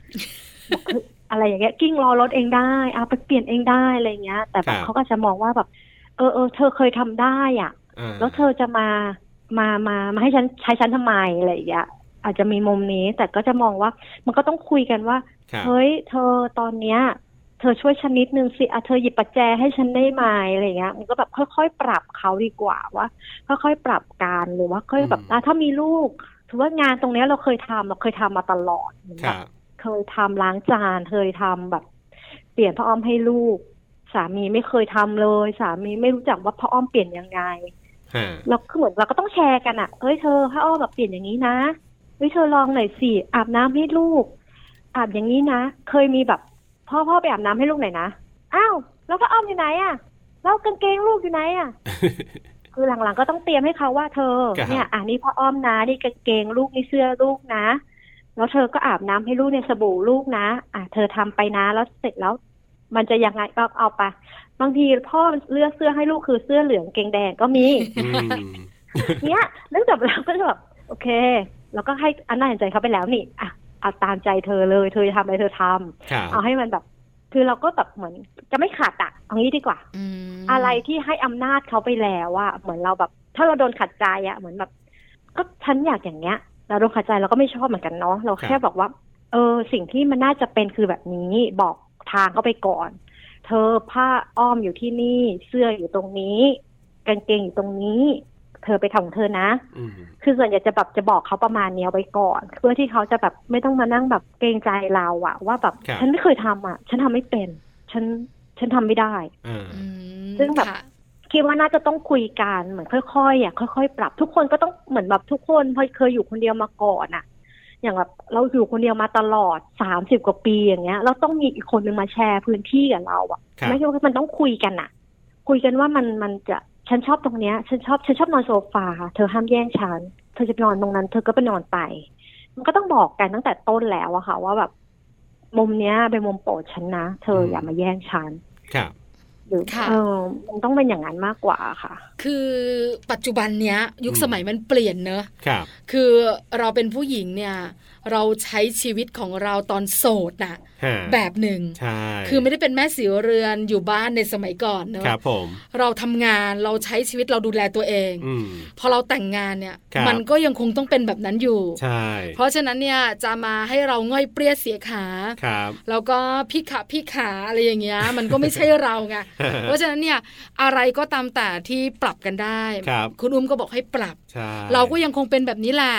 Speaker 5: อะไรอย่างเงี้ยกิ้งล้อรถเองได้เอาไปเปลี่ยนเองได้อะไรอย่างเงี้ย แต่แบ
Speaker 2: ครับ บ
Speaker 5: เขาก็จะมองว่าแบบ เออเออเธอเคยทำได้อ่ะ
Speaker 2: อ่า
Speaker 5: แล้วเธอจะมา มา มา มาให้ฉันใช้ฉันทำไมอะไรอย่างเงี้ย อาจจะมีมุมนี้ แต่ก็จะมองว่า มันก็ต้องคุยกันว่า
Speaker 2: ครับ
Speaker 5: เฮ้ย เธอตอนเนี้ย เธอช่วยฉันนิดนึงสิอ่ะเธอหยิบประแจให้ฉันได้ไหมอะไรเงี้ย มันก็แบบค่อยๆ ปรับเขาดีกว่าว่าค่อยๆ ปรับการหรือว่าค่อยแบบอ่ะถ้ามีลูกถือว่างานตรงเนี้ยเราเคยทำเราเคยทำมาตลอดเหมือน
Speaker 2: ค
Speaker 5: แบบ
Speaker 2: รับ
Speaker 5: เคยทำล้างจาน เคยทำแบบ เปลี่ยนพ่ออ้อมให้ลูก สามีไม่เคยทำเลย สามีไม่รู้จักว่าพ่ออ้อมเปลี่ยนยังไง
Speaker 2: ฮะ
Speaker 5: เราก็เหมือนเราก็ต้องแชร์กันอะเอ้ยเธอผ้าอ้อมแบบเปลี่ยนอย่างนี้นะเฮ้ยเธอลองหน่อยสิอาบน้ำให้ลูก อาบอย่างนี้นะ เคยมีแบบพ่อพ่อไปอาบน้ำให้ลูกหน่อยนะ อ้าวแล้วผ้าอ้อมอยู่ไหนอะแล้วกางเกงลูกอยู่ไหนอะ คือหลังๆก็ต้องเตรียมให้เขาว่าเธอ เนี่ยอ่านี่พ่ออ้อมนะนี่กางเกงลูกนี่เสื้อลูกนะ แล้วเธอก็อาบน้ำให้ลูกในสบู่ลูกนะ อ่ะเธอทำไปนะแล้วเสร็จแล้ว มันจะยังไงก็เอาไป บางทีพ่อเลือกเสื้อให้ลูกคือเสื้อเหลืองเกงแดงก็มี
Speaker 2: อืม
Speaker 5: เนี้ยเนื่องจากเราก็จะแบบโอเค แล้วก็ให้อันน่าเห็นใจเขาไปแล้วนี่อ่ะเอาตามใจเธอเลย เธอจะทำอะไรเธอทำ
Speaker 2: ครับ
Speaker 5: เอาให้มันแบบ คือเราก็แบบเหมือนจะไม่ขาดอะเอางี้ดีกว่า
Speaker 1: อืม
Speaker 5: อะไรที่ให้อำนาจเขาไปแล้วอะเหมือนเราแบบ ถ้าเราโดนขัดใจอะเหมือนแบบ ก็ฉันอยากอย่างเงี้ย เราโดนขัดใจเราก็ไม่ชอบเหมือนกันเนาะเรา
Speaker 2: ครั
Speaker 5: แค่
Speaker 2: บ
Speaker 5: บอกว่า เออ สิ่งที่มันน่าจะเป็นคือแบบนี้บอกทางเขาไปก่อน เธอผ้าอ้อมอยู่ที่นี่ เสื้ออยู่ตรงนี้ กางเกงอยู่ตรงนี้ เธอไปทำของเธอนะ
Speaker 2: อืม
Speaker 5: คือส่วนใหญ่จะแบบจะบอกเขาประมาณเนี้ยไว้ก่อน เพื่อที่เขาจะแบบไม่ต้องมานั่งแบบเกรงใจเราอะว่าแบบฉันไม่เคยทำอะฉันทำไม่เป็น ฉันฉันทำไม่ได้
Speaker 2: อ่า
Speaker 1: อืม
Speaker 5: ซึ่งแบบ
Speaker 1: ค่ะ
Speaker 5: คิดว่าน่าจะต้องคุยกันเหมือนค่อยๆอ่ะค่อยๆ ปรับทุกคนก็ต้องเหมือนแบบทุกคนพอเคยอยู่คนเดียวมาก่อนอ่ะ อย่างแบบเราอยู่คนเดียวมาตลอดสามสิบกว่าปีอย่างเงี้ย เราต้องมีอีกคนนึงมาแชร์พื้นที่กับเราอ่ะ
Speaker 2: ครับ
Speaker 5: ไม่ใช่ว่ามันต้องคุยกันอ่ะ คุยกันว่ามันมันจะฉันชอบตรงเนี้ย ฉันชอบฉันชอบนอนโซฟาเธอห้ามแย่งฉันเธอจะไปนอนตรงนั้น เธอก็ไปนอนไป มันก็ต้องบอกกันตั้งแต่ต้นแล้วอะค่ะ ว่าแบบมุมเนี้ยเป็นมุมโปรดฉันนะเธออย่ามาแย่งฉัน
Speaker 2: ครับ
Speaker 5: หรือเออมันต้องเป็นอย่างนั้นมากกว่าค่ะ
Speaker 1: คือปัจจุบันเนี้ย ยุค
Speaker 2: อืม
Speaker 1: สมัยมันเปลี่ยนเนอะ
Speaker 2: ครับ
Speaker 1: คือเราเป็นผู้หญิงเนี่ย เราใช้ชีวิตของเราตอนโสดน่ะ
Speaker 2: ฮะ
Speaker 1: แบบหนึ่ง
Speaker 2: ใช่
Speaker 1: คือไม่ได้เป็นแม่สีเรือนอยู่บ้านในสมัยก่อนเนอะ
Speaker 2: ครับผม
Speaker 1: เราทำงานเราใช้ชีวิตเราดูแลตัวเอง
Speaker 2: อืม
Speaker 1: พอเราแต่งงานเนี่ย
Speaker 2: ครับ
Speaker 1: มันก็ยังคงต้องเป็นแบบนั้นอยู่
Speaker 2: ใช่
Speaker 1: เพราะฉะนั้นเนี่ยจะมาให้เราง่อยเปรี้ยเสียขา
Speaker 2: ครับ
Speaker 1: แล้วก็พี่ขาพี่ขาอะไรอย่างเงี้ย มันก็ไม่ใช่เราไง เพราะฉะนั้นเนี่ยอะไรก็ตามแต่ที่ปรับกันได้
Speaker 2: ครับ
Speaker 1: คุณอุ้มก็บอกให้ปรับ
Speaker 2: ใช่
Speaker 1: เราก็ยังคงเป็นแบบนี้แหละ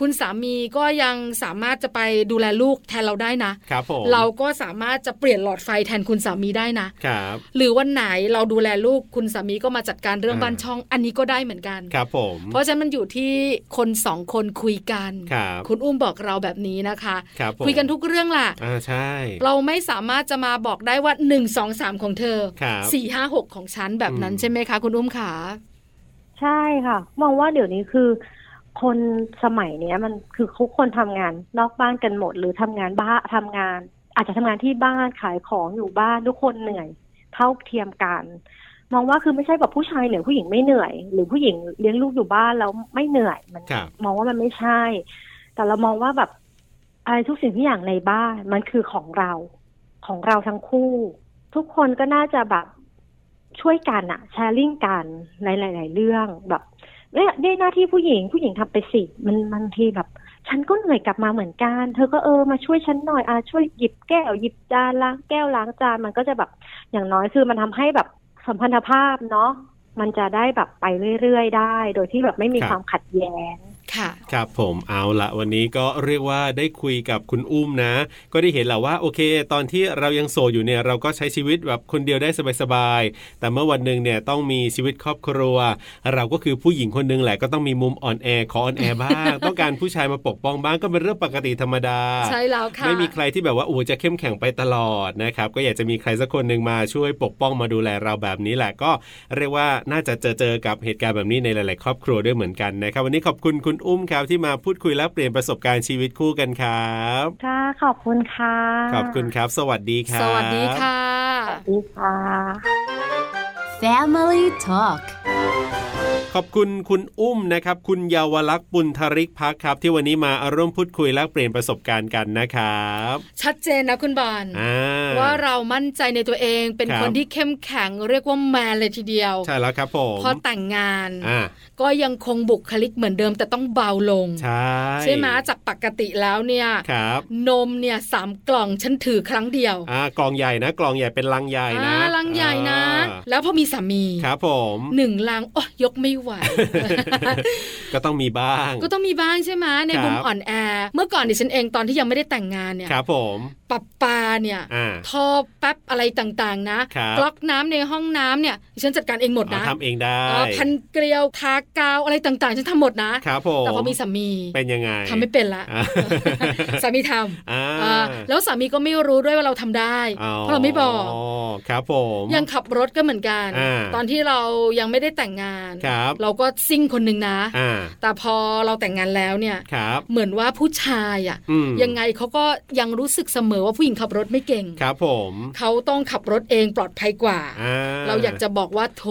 Speaker 1: คุณสามีก็ยังสามารถจะไปดูแลลูกแทนเราได้นะ
Speaker 2: ครับผม
Speaker 1: เราก็สามารถจะเปลี่ยนหลอดไฟแทนคุณสามีได้นะ
Speaker 2: ครับ
Speaker 1: หรือวันไหนเราดูแลลูกคุณสามีก็มาจัดการเรื่อง
Speaker 2: อ่า
Speaker 1: บ้านช่องอันนี้ก็ได้เหมือนกัน
Speaker 2: ครับผม
Speaker 1: เพราะฉะนั้นมันอยู่ที่คนสองคนคุยกัน
Speaker 2: ครับ
Speaker 1: คุณอุ้มบอกเราแบบนี้นะคะ
Speaker 2: ครับผม
Speaker 1: คุยกันทุกเรื่องล่ะ
Speaker 2: อ่าใช่
Speaker 1: เราไม่สามารถจะมาบอกได้ว่า 1 2 3 ของเธอ
Speaker 2: ครับ
Speaker 1: 4 5 6 ของฉันแบบนั้น
Speaker 2: อืม
Speaker 1: ใช่ไหมคะ คุณอุ้มขา
Speaker 5: ใช่ค่ะ มองว่าเดี๋ยวนี้คือ คนสมัยเนี้ย มันคือทุกคนทำงานนอกบ้านกันหมด หรือทำงานบ้าทำงาน อาจจะทำงานที่บ้านขายของอยู่บ้านทุกคนเหนื่อย เท่าเทียมกัน มองว่าคือไม่ใช่แบบผู้ชายเหนื่อยผู้หญิงไม่เหนื่อย หรือผู้หญิงเลี้ยงลูกอยู่บ้านแล้วไม่เหนื่อยมัน
Speaker 2: ครับ
Speaker 5: มองว่ามันไม่ใช่ แต่เรามองว่าแบบอะไรทุกสิ่งทุกอย่างในบ้านมันคือของเรา ของเราทั้งคู่ ทุกคนก็น่าจะแบบช่วยกันอะแชร์ลิงกันในหลาย ๆ เรื่องแบบเนี่ยได้หน้าที่ผู้หญิงผู้หญิงทำไปสิมันบางทีแบบ ฉันก็เหนื่อยกลับมาเหมือนกัน เธอก็เออมาช่วยฉันหน่อยอ่ะช่วยหยิบแก้วหยิบจานล้างแก้วล้างจานมันก็จะแบบอย่างน้อยคือมันทำให้แบบสัมพันธภาพเนาะมันจะได้แบบไปเรื่อย ๆ ได้ โดยที่แบบไม่มี
Speaker 2: ครับ
Speaker 5: ความขัดแย้ง
Speaker 1: ค่ะ
Speaker 2: ครับผมเอาละวันนี้ก็เรียกว่าได้คุยกับคุณอุ้มนะ ก็ได้เห็นแหละว่าโอเค ตอนที่เรายังโสดอยู่เนี่ยเราก็ใช้ชีวิตแบบคนเดียวได้สบายๆแต่เมื่อวันหนึ่งเนี่ยต้องมีชีวิตครอบครัว เราก็คือผู้หญิงคนหนึงแหละก็ต้องมีมุมอ่อนแอขออ่อนแอบ้าง ต้องการผู้ชายมาปกป้องบ้างก็เป็นเรื่องปกติธรรมดา
Speaker 1: ใช่แล้วค่ะ
Speaker 2: ไม่มีใครที่แบบว่าโอ้จะเข้มแข็งไปตลอดนะครับก็อยากจะมีใครสักคนหนึ่งมาช่วยปกป้องมาดูแลเราแบบนี้แหละก็เรียกว่าน่าจะเจอเจอกับเหตุการณ์แบบนี้ในหลาย ๆ ครอบครัวด้วยเหมือนกันนะครับ วันนี้ขอบคุณคุณอุ้มครับที่มาพูดคุยและเปลี่ยนประสบการณ์ชีวิตคู่กันครับ
Speaker 5: ค่ะขอบคุณค่ะ
Speaker 2: ขอบคุณครับ สวัสดีครับ
Speaker 1: สวัสดีค่ะ
Speaker 5: สวัสดีค่ะ
Speaker 4: Family Talk
Speaker 2: ขอบคุณคุณอุ้มนะครับ คุณเยาวลักษณ์ปุณธริกพักครับ ที่วันนี้มาร่วมพูดคุยและเปลี่ยนประสบการณ์กันนะครับ
Speaker 1: ชัดเจนนะคุณบอล
Speaker 2: อ่า
Speaker 1: ว่าเรามั่นใจในตัวเองเป็น
Speaker 2: ครับ
Speaker 1: คนที่เข้มแข็งเรียกว่าแมนเลยทีเดียว
Speaker 2: ใช่แล้วครับผม
Speaker 1: พอแต่งงาน
Speaker 2: อ่า
Speaker 1: ก็ยังคงบุคลิกเหมือนเดิมแต่ต้องเบาลง
Speaker 2: ใช่
Speaker 1: ไหมจากปกติแล้วเนี่ย
Speaker 2: ครับ
Speaker 1: นมเนี่ยสามกล่องฉันถือครั้งเดียว
Speaker 2: อ่ากล่องใหญ่นะกล่องใหญ่เป็นลังใหญ่นะ
Speaker 1: อ่าลังใหญ่นะ
Speaker 2: อ่า
Speaker 1: แล้วพอมีสามี
Speaker 2: ครับผม
Speaker 1: หนึ่งลังโอ้ยกไม่ ไหว
Speaker 2: ก็ต้องมีบ้าง
Speaker 1: ก็ต้องมีบ้างใช่ไหมใน
Speaker 2: ครับ
Speaker 1: มุมอ่อนแอเมื่อก่อนดิฉันเองตอนที่ยังไม่ได้แต่งงานเนี่ย
Speaker 2: ครับผม
Speaker 1: ปับปาเนี่ย
Speaker 2: อ่า
Speaker 1: ท่อแป๊บอะไรต่างๆ นะครับ กลอกน้ำในห้องน้ำเนี่ยดิฉันจัดการเองหมด
Speaker 2: อ๋อ
Speaker 1: นะ
Speaker 2: ทำเองได้
Speaker 1: อ่าพันเกลียวทากาวอะไรต่างๆ ฉันทำหมดนะ
Speaker 2: ครับผม
Speaker 1: แต่พอมีสามี
Speaker 2: เป็นยังไง
Speaker 1: ทำไม่เป็นละ
Speaker 2: อ่า
Speaker 1: สามีทำ
Speaker 2: อ่า
Speaker 1: อ่าแล้วสามีก็ไม่รู้ด้วยว่าเราทำได้
Speaker 2: อ๋อ
Speaker 1: เพราะเราไม่บอก
Speaker 2: ครับผม
Speaker 1: ยังขับรถก็เหมือนกัน
Speaker 2: อ่า
Speaker 1: ตอนที่เรายังไม่ได้แต่งงาน
Speaker 2: ครับ
Speaker 1: เราก็ซิ่งคนหนึ่งนะ
Speaker 2: อ่า
Speaker 1: แต่พอเราแต่งงานแล้วเนี่ย
Speaker 2: ครับ
Speaker 1: เหมือนว่าผู้ชายอะ
Speaker 2: อืม
Speaker 1: ยังไงเขาก็ยังรู้สึกเสม อว่าผู้หญิงขับรถไม่เก่ง
Speaker 2: ครับผม
Speaker 1: เขาต้องขับรถเองปลอดภัยกว่า เราอยากจะบอกว่าโถ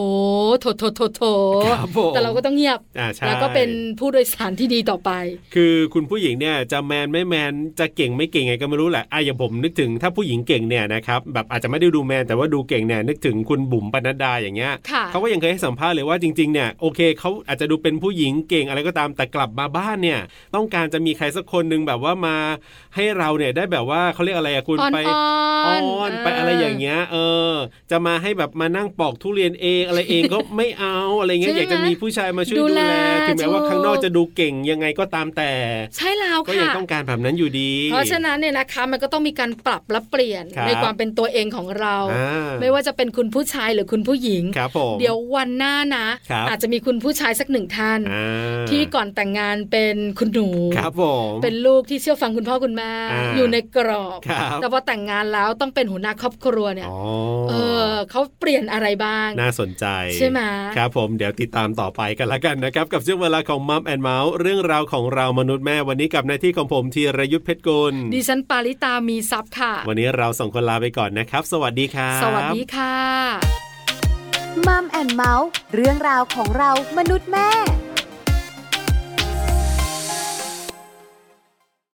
Speaker 1: โถโถโถโถ
Speaker 2: ครับผม
Speaker 1: แต่เราก็ต้องเงียบ
Speaker 2: อ่าใช่
Speaker 1: แล้วก็เป็นผู้โดยสารที่ดีต่อไป
Speaker 2: คือคุณผู้หญิงเนี่ยจะแมนไม่แมนจะเก่งไม่เก่งไงก็ไม่รู้แหละอ่ะอย่างผมนึกถึงถ้าผู้หญิงเก่งเนี่ยนะครับแบบอาจจะไม่ได้ดูแมนแต่ว่าดูเก่งเนี่ยนึกถึงคุณบุ๋มปนัดดาอย่างเงี้ย
Speaker 1: ค่ะ
Speaker 2: เขาก็ยังเคยให้สัมภาษณ์เลยว่าจริงๆเนี่ยโอเคเขาอาจจะดูเป็นผู้หญิงเก่งอะไรก็ตามแต่กลับมาบ้านเนี่ย ต้องการจะมีใครสักคนหนึ่งแบบว่ามาให้เราเนี่ยได้แบบว่าเขาเรียกอะไรอะคุณ
Speaker 1: อ่อน
Speaker 2: ไป
Speaker 1: ๆ
Speaker 2: นไปอะไรอย่างเงี้ยเออ จะมาให้แบบมานั่งปอกทุเรียนเองอะไรเองก็ ไม่เอาอะไรเงี้ย
Speaker 1: ใช่ไหม
Speaker 2: อยากจะมีผู้ชายมาช่วย
Speaker 1: ดู
Speaker 2: ดู
Speaker 1: แล
Speaker 2: แลถึงแม้ว่า
Speaker 1: ถูก
Speaker 2: ข้างนอกจะดูเก่งยังไงก็ตามแต่
Speaker 1: ใช่แล้ว
Speaker 2: ก็ยัง
Speaker 1: ค่ะ
Speaker 2: ต้องการแบบนั้นอยู่ดี
Speaker 1: เพราะฉะนั้นเนี่ยนะคะมันก็ต้องมีการปรับและเปลี่ยน
Speaker 2: ครับ
Speaker 1: ในความเป็นตัวเองของเรา
Speaker 2: อ่
Speaker 1: ไม่ว่าจะเป็นคุณผู้ชายหรือคุณผู้หญิง
Speaker 2: ครับผม
Speaker 1: เดี๋ยววันหน้านะ
Speaker 2: ครับ
Speaker 1: อาจจะมีคุณผู้ชายสักหนึ่งท่าน
Speaker 2: อ่า
Speaker 1: ที่ก่อนแต่งงานเป็นคุณหนู
Speaker 2: ครับผม
Speaker 1: เป็นลูกที่เชื่อฟังคุณพ่อคุณแม่
Speaker 2: อ่า
Speaker 1: อยู่ในกรอบ
Speaker 2: ครับ
Speaker 1: แต่พอแต่งงานแล้วต้องเป็นหัวหน้าครอบครัวเนี่ย
Speaker 2: อ๋อ
Speaker 1: เออเขาเปลี่ยนอะไรบ้าง
Speaker 2: น่าสนใจ
Speaker 1: ใช่ไหม
Speaker 2: ครับผมเดี๋ยวติดตามต่อไปกันละกันนะครับ กับช่วงเวลาของมัมแอนเมาส์เรื่องราวของเรามนุษย์แม่วันนี้กับหน้าที่ของผมธีรยุทธเพชรกุล
Speaker 1: ดิฉันปาริตามีซับค่ะ
Speaker 2: วันนี้เราส่งคนลาไปก่อนนะครับ สวัสดีครับ
Speaker 1: สวัสดีค่ะ
Speaker 4: มัมแอนเมาส์เรื่องราวของเรามนุษย์แม่